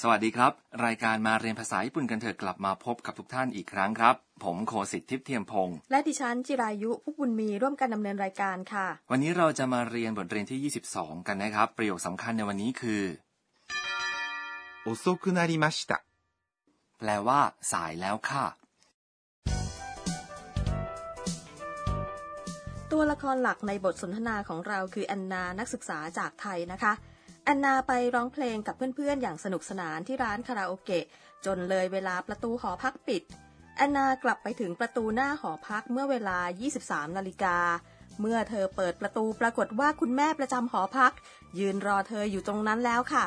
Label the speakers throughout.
Speaker 1: สวัสดีครับ รายการมาเรียนภาษาญี่ปุ่นกันเถอะกลับมาพบกับทุกท่านอีกครั้งครับ ผมโคสิทธิ์ทิพย์เทียมพงศ์
Speaker 2: และดิฉันจิรายุพุกบุญมีร่วมกันดำเนินรายการค่ะ
Speaker 1: วันนี้เราจะมาเรียนบทเรียนที่ 22 กันนะครับ ประโยคสำคัญในวันนี้คือ
Speaker 3: 遅くなりました。
Speaker 1: แปลว่า สายแล้วค่ะ
Speaker 2: ตัวละครหลักในบทสนทนาของเราคือแอนนานักศึกษาจากไทยนะคะแอนนาไปร้องเพลงกับเพื่อนๆ อย่างสนุกสนานที่ร้านคาราโอเกะจนเลยเวลาประตูหอพักปิดแอนนากลับไปถึงประตูหน้าหอพักเมื่อเวลา 23 นาฬิกา เมื่อเธอเปิดประตูปรากฏว่าคุณแม่ประจำหอพัก ยืนรอเธออยู่ตรงนั้นแล้วค่ะ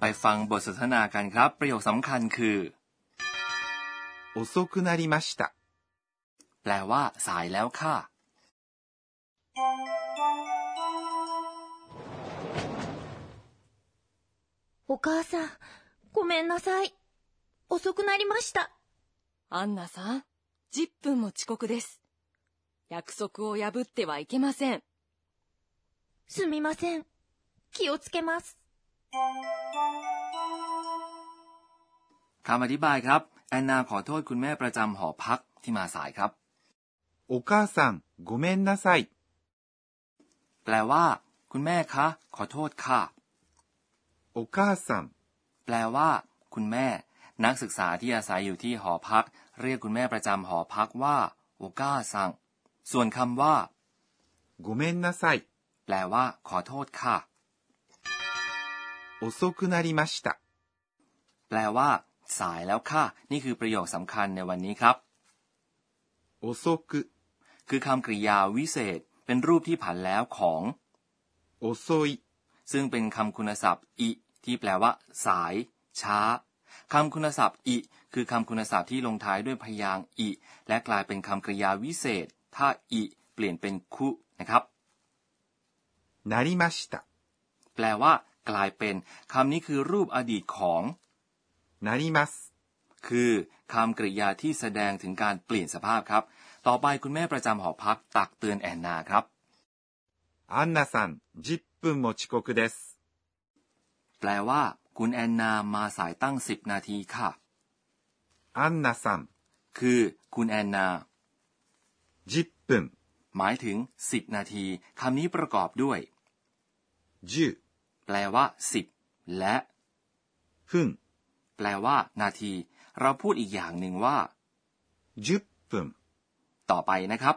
Speaker 1: ไปฟังบทสนทนากันครับ ประโยคสำคัญคือ
Speaker 3: 遅くなりました。
Speaker 1: แปลว่า สายแล้วค่ะ
Speaker 4: お母さん、ごめんなさい。遅くなりました。
Speaker 5: アンナさん、10分も遅刻です。約束を破ってはいけません。
Speaker 4: すみません。気をつけます。
Speaker 1: คำอธิบายครับแอนนาขอโทษคุณแม่ประจำหอพักที่มาสายครับ
Speaker 3: お母さん、ごめんなさい。
Speaker 1: แปลว่า คุณแม่คะ ขอโทษค่ะ
Speaker 3: お母さん、
Speaker 1: แปลว่า คุณแม่ นักศึกษาที่อาศัยอยู่ที่หอพัก เรียกคุณแม่ประจำหอพักว่าโอก้าซังส่วนคำว่า
Speaker 3: ごめんなさい。
Speaker 1: แปลว่า ขอโทษค่ะ
Speaker 3: 遅くなりました。
Speaker 1: แปลว่า สายแล้วค่ะ นี่คือประโยคสำคัญในวันนี้ครับ
Speaker 3: 遅く、
Speaker 1: คือคำกริยาวิเศษ เป็นรูปที่ผันแล้วของ
Speaker 3: 遅い、
Speaker 1: ซึ่งเป็นคำคุณศัพท์ อิ ที่แปลว่า สาย ช้าคำคุณศัพท์ อิ คือคำคุณศัพท์ที่ลงท้ายด้วยพยางค์อิ และกลายเป็นคำกริยาวิเศษ ถ้าอิ เปลี่ยนเป็นคุนะครับ
Speaker 3: なりました。
Speaker 1: แปลว่า กลายเป็นคำนี้คือรูปอดีตของ
Speaker 3: なります。
Speaker 1: คือคำกริยาที่แสดงถึงการเปลี่ยนสภาพครับ ต่อไปคุณแม่ประจำหอพักตักเตือนแอนนาครับ
Speaker 3: アンナさん、10分も遅刻です。
Speaker 1: แปลว่า คุณแอนนามาสายตั้ง 10 นาทีค่ะ
Speaker 3: アンナさん、
Speaker 1: คือ คุณแอนนา
Speaker 3: 10分、
Speaker 1: หมายถึง 10 นาที คำนี้ประกอบด้วย
Speaker 3: 10
Speaker 1: แปลว่า 10 และ
Speaker 3: 分、
Speaker 1: แปลว่า นาที เราพูดอีกอย่างหนึ่งว่า
Speaker 3: 10分、
Speaker 1: ต่อไปนะครับ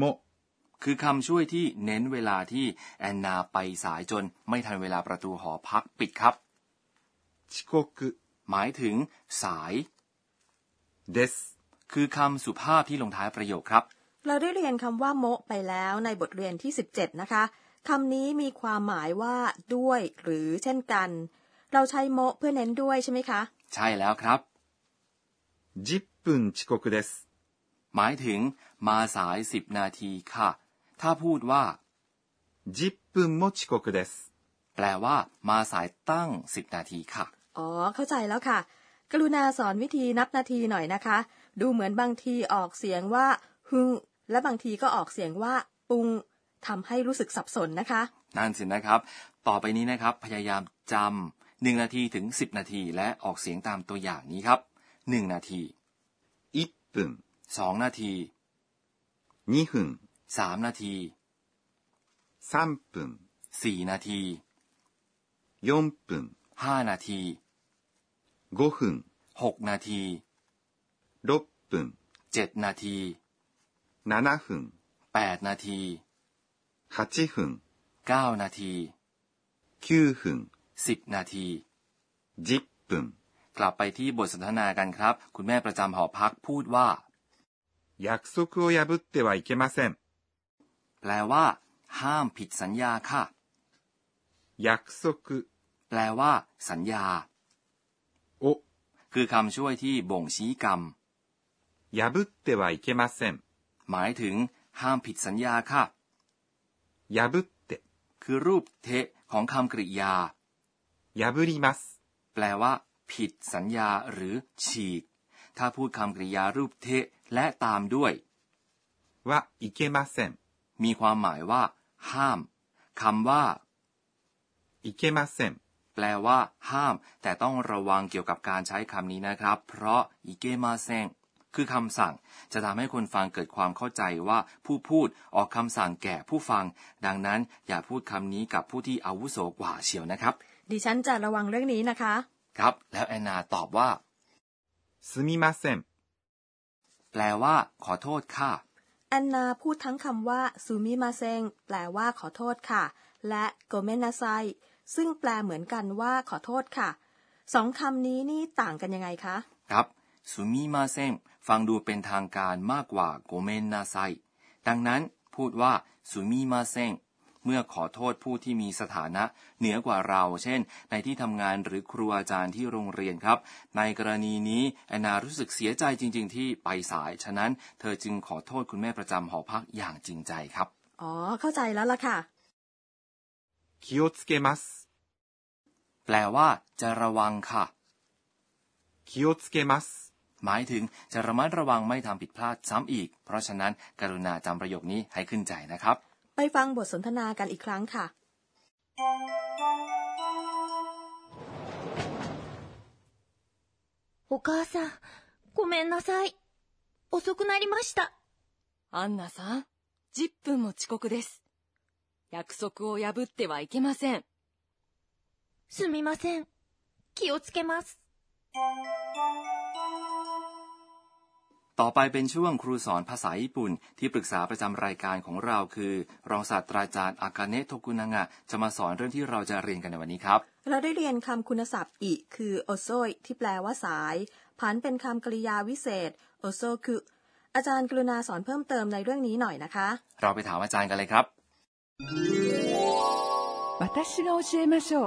Speaker 3: も、
Speaker 1: คือคำช่วยที่เน้นเวลาที่แอนนาไปสายจนไม่ทันเวลาประตูหอพักปิดครับ
Speaker 3: 遅刻、
Speaker 1: หมายถึง สาย
Speaker 3: です。
Speaker 1: คือคำสุภาพที่ลงท้ายประโยคครับ
Speaker 2: เราได้เรียนคำว่าโมะไปแล้วในบทเรียนที่ 17 นะคะ คำนี้มีความหมายว่า ด้วย หรือเช่นกัน เราใช้โมะเพื่อเน้นด้วยใช่ไหมคะ
Speaker 1: ใช่แล้วครับ
Speaker 3: 10分遅刻です。
Speaker 1: หมายถึง มาสาย 10 นาทีค่ะ ถ้าพูดว่า
Speaker 3: 10分も遅刻です。
Speaker 1: แปลว่า มาสายตั้ง 10 นาทีค่ะ
Speaker 2: อ๋อ เข้าใจแล้วค่ะ กรุณาสอนวิธีนับนาทีหน่อยนะคะ ดูเหมือนบางทีออกเสียงว่าฮึงและบางทีก็ออกเสียงว่า ปุงทำให้รู้สึกสับสนนะคะ
Speaker 1: นั่นสินะครับ ต่อไปนี้นะครับ พยายามจำหนึ่งนาทีถึง 10 นาที และออกเสียงตามตัวอย่างนี้ครับ 1 นาที
Speaker 3: 1分、
Speaker 1: 2 นาที
Speaker 3: 2分、
Speaker 1: 3 นาที
Speaker 3: 3分、
Speaker 1: 4 นาที
Speaker 3: 4分、
Speaker 1: 5 นาที
Speaker 3: 5分、
Speaker 1: 6 นาที
Speaker 3: 6分、
Speaker 1: 7 นาที
Speaker 3: 7分、
Speaker 1: 8 นาที
Speaker 3: 8分、
Speaker 1: 9 นาที
Speaker 3: 9分、
Speaker 1: 10 นาที
Speaker 3: 10分、
Speaker 1: กลับไปที่บทสนทนากันครับ คุณแม่ประจำหอพักพูดว่า
Speaker 3: 約束を破ってはいけません。
Speaker 1: แปลว่า ห้ามผิดสัญญาค่ะ
Speaker 3: 約束
Speaker 1: แปลว่า สัญญา
Speaker 3: を
Speaker 1: คือคำช่วยที่บ่งชี้กรรม
Speaker 3: 破ってはいけません。
Speaker 1: หมายถึง ห้ามผิดสัญญาค่ะ
Speaker 3: 破って、
Speaker 1: คือรูปเทะของคำกริยา
Speaker 3: 破ります。
Speaker 1: แปลว่า ผิดสัญญาหรือ ฉีก ถ้าพูดคำกริยารูปเทะและตามด้วย
Speaker 3: はいけません。
Speaker 1: มีความหมายว่า ห้ามคำว่า
Speaker 3: いけません。
Speaker 1: แปลว่า ห้าม แต่ต้องระวังเกี่ยวกับการใช้คำนี้นะครับ เพราะいけませんคือคำสั่ง จะทำให้คนฟังเกิดความเข้าใจว่าผู้พูดออกคำสั่งแก่ผู้ฟัง ดังนั้นอย่าพูดคำนี้กับผู้ที่อาวุโสกว่าเฉียวนะครับ
Speaker 2: ดิฉันจะระวังเรื่องนี้นะคะ
Speaker 1: ครับ แล้วแอนนาตอบว่า
Speaker 3: すみません。
Speaker 1: แปลว่า ขอโทษค่ะ
Speaker 2: แอนนาพูดทั้งคำว่าซูมิมาเซงแปลว่าขอโทษค่ะ และโกเมนนาไซซึ่งแปลเหมือนกันว่าขอโทษค่ะสองคำนี้นี่ต่างกันยังไงคะ
Speaker 1: ครับซูมิมาเซนฟังดูเป็นทางการมากกว่าโกเมนนาไซดังนั้นพูดว่าซูมิมาเซนเมื่อขอโทษผู้ที่มีสถานะ เหนือกว่าเรา เช่น ในที่ทำงานหรือครูอาจารย์ที่โรงเรียนครับ ในกรณีนี้แอนนารู้สึกเสียใจจริง ๆ ที่ไปสาย ฉะนั้นเธอจึงขอโทษคุณแม่ประจำหอพักอย่างจริงใจครับ
Speaker 2: อ๋อ เข้าใจแล้วล่ะค่ะ
Speaker 3: 気をつけます。
Speaker 1: แปลว่า จะระวังค่ะ
Speaker 3: 気をつけます。
Speaker 1: หมายถึงจะระมัดระวังไม่ทำผิดพลาดซ้ำอีก เพราะฉะนั้นกรุณาจำประโยคนี้ให้ขึ้นใจนะครับ
Speaker 2: ไปฟังบทสนทนากันอีกครั้งค่ะ
Speaker 4: お母さん、ごめんなさい。遅くなりました。
Speaker 5: アンナさん、10分も遅刻です。約束を破ってはいけません。
Speaker 4: すみません。気をつけます。
Speaker 1: ต่อไปเป็นช่วงครูสอนภาษาญี่ปุ่น ที่ปรึกษาประจำรายการของเราคือ รองศาสตราจารย์อากาเนะโทกุนางะจะมาสอนเรื่องที่เราจะเรียนกันในวันนี้ครับ
Speaker 2: เราได้เรียนคำคุณศัพท์อีคือโอโซยที่แปลว่าสายผันเป็นคำกริยาวิเศษโอโซคืออาจารย์กรุณาสอนเพิ่มเติมในเรื่องนี้หน่อยนะคะ
Speaker 1: เราไปถามอาจารย์กันเลยครับ
Speaker 6: 私が教えましょう。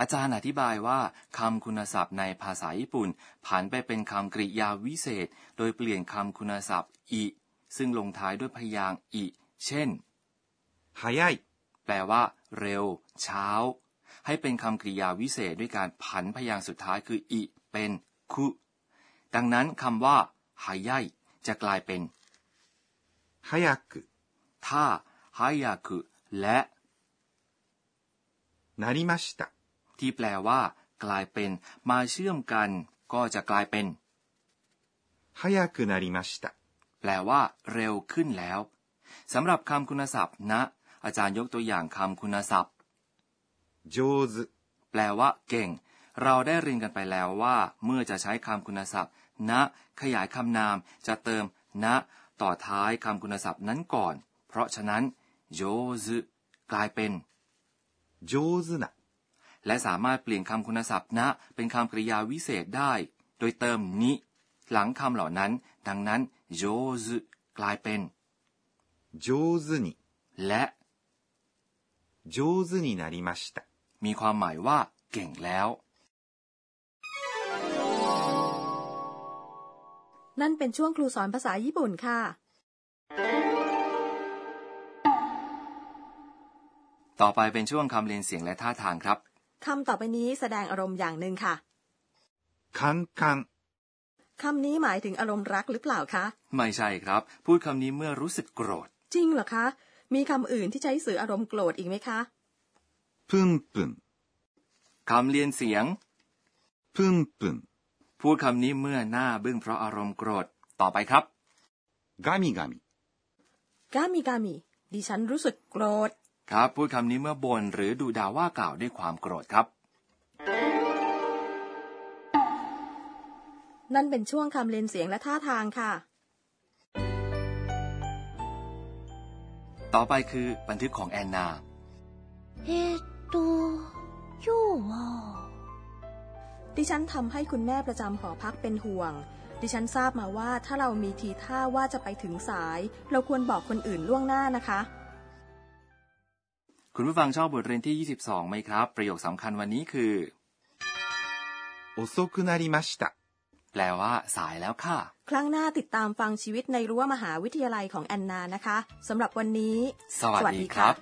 Speaker 1: อาจารย์อธิบายว่าคำคุณศัพท์ในภาษาญี่ปุ่นผันไปเป็นคำกริยาวิเศษ โดยเปลี่ยนคำคุณศัพท์อิซึ่งลงท้ายด้วยพยางค์อิเช่น
Speaker 3: 早い、
Speaker 1: แปลว่า เร็ว เช้า ให้เป็นคำกริยาวิเศษด้วยการผันพยางค์สุดท้ายคืออิเป็นคุ ดังนั้นคำว่าหายายจะกลายเป็น
Speaker 3: 早く、
Speaker 1: ท่าหายาคุและ
Speaker 3: なりました。
Speaker 1: ที่แปลว่า กลายเป็น มาเชื่อมกัน ก็จะกลายเป็น
Speaker 3: 早くなりました。
Speaker 1: แปลว่า เร็วขึ้นแล้วสำหรับคำคุณศัพท์นะ อาจารย์ยกตัวอย่างคำคุณศัพท์
Speaker 3: 上手、
Speaker 1: แปลว่าเก่ง เราได้เรียนกันไปแล้วว่า เมื่อจะใช้คำคุณศัพท์ นะ ขยายคำนาม จะเติม นะ ต่อท้ายคำคุณศัพท์นั้นก่อน เพราะฉะนั้นโยซึกลายเป็น
Speaker 3: 上手な、
Speaker 1: และสามารถเปลี่ยนคำคุณศัพท์ นะ เป็นคำกริยาวิเศษได้ โดยเติมนิหลังคำเหล่านั้น ดังนั้นโยซึกลายเป็น
Speaker 3: 上手に、
Speaker 1: และ
Speaker 3: 上手になりました。
Speaker 1: มีความหมายว่า เก่งแล้ว
Speaker 2: นั่นเป็นช่วงครูสอนภาษาญี่ปุ่นค่ะ
Speaker 1: ต่อไปเป็นช่วงคำเรียนเสียงและท่าทางครับ
Speaker 2: คำต่อไปนี้แสดงอารมณ์อย่างหนึ่งค่ะ
Speaker 3: カンカン、
Speaker 2: คำนี้หมายถึงอารมณ์รักหรือเปล่าคะ
Speaker 1: ไม่ใช่ครับ พูดคำนี้เมื่อรู้สึกโกรธ
Speaker 2: จริงเหรอคะ มีคำอื่นที่ใช้สื่ออารมณ์โกรธอีกไหมคะ
Speaker 3: プンプン、
Speaker 1: คำเรียนเสียง
Speaker 3: プンプン、
Speaker 1: พูดคำนี้เมื่อหน้าบึ้งเพราะอารมณ์โกรธ ต่อไปครับ
Speaker 3: ガミガミ、
Speaker 2: กามิกามิ ดิฉันรู้สึกโกรธ
Speaker 1: ครับ พูดคำนี้เมื่อบ่นหรือดูด่าว่ากล่าวด้วยความโกรธครับ
Speaker 2: นั่นเป็นช่วงคำเรียนเสียงและท่าทางค่ะ
Speaker 1: ต่อไปคือบันทึกของแอนนา
Speaker 4: えー、っと、今日は、
Speaker 2: ดิฉันทำให้คุณแม่ประจำหอพักเป็นห่วง ดิฉันทราบมาว่าถ้าเรามีทีท่าว่าจะไปถึงสาย เราควรบอกคนอื่นล่วงหน้านะคะ
Speaker 1: คุณผู้ฟังชอบบทเรียนที่ 22 ไหมครับ ประโยคสำคัญวันนี้คือ
Speaker 3: 遅くなりました。
Speaker 1: แปลว่า สายแล้วค่ะ
Speaker 2: ครั้งหน้าติดตามฟังชีวิตในรั้วมหาวิทยาลัยของแอนนานะคะสำหรับวันนี้
Speaker 1: สวัสดีครับ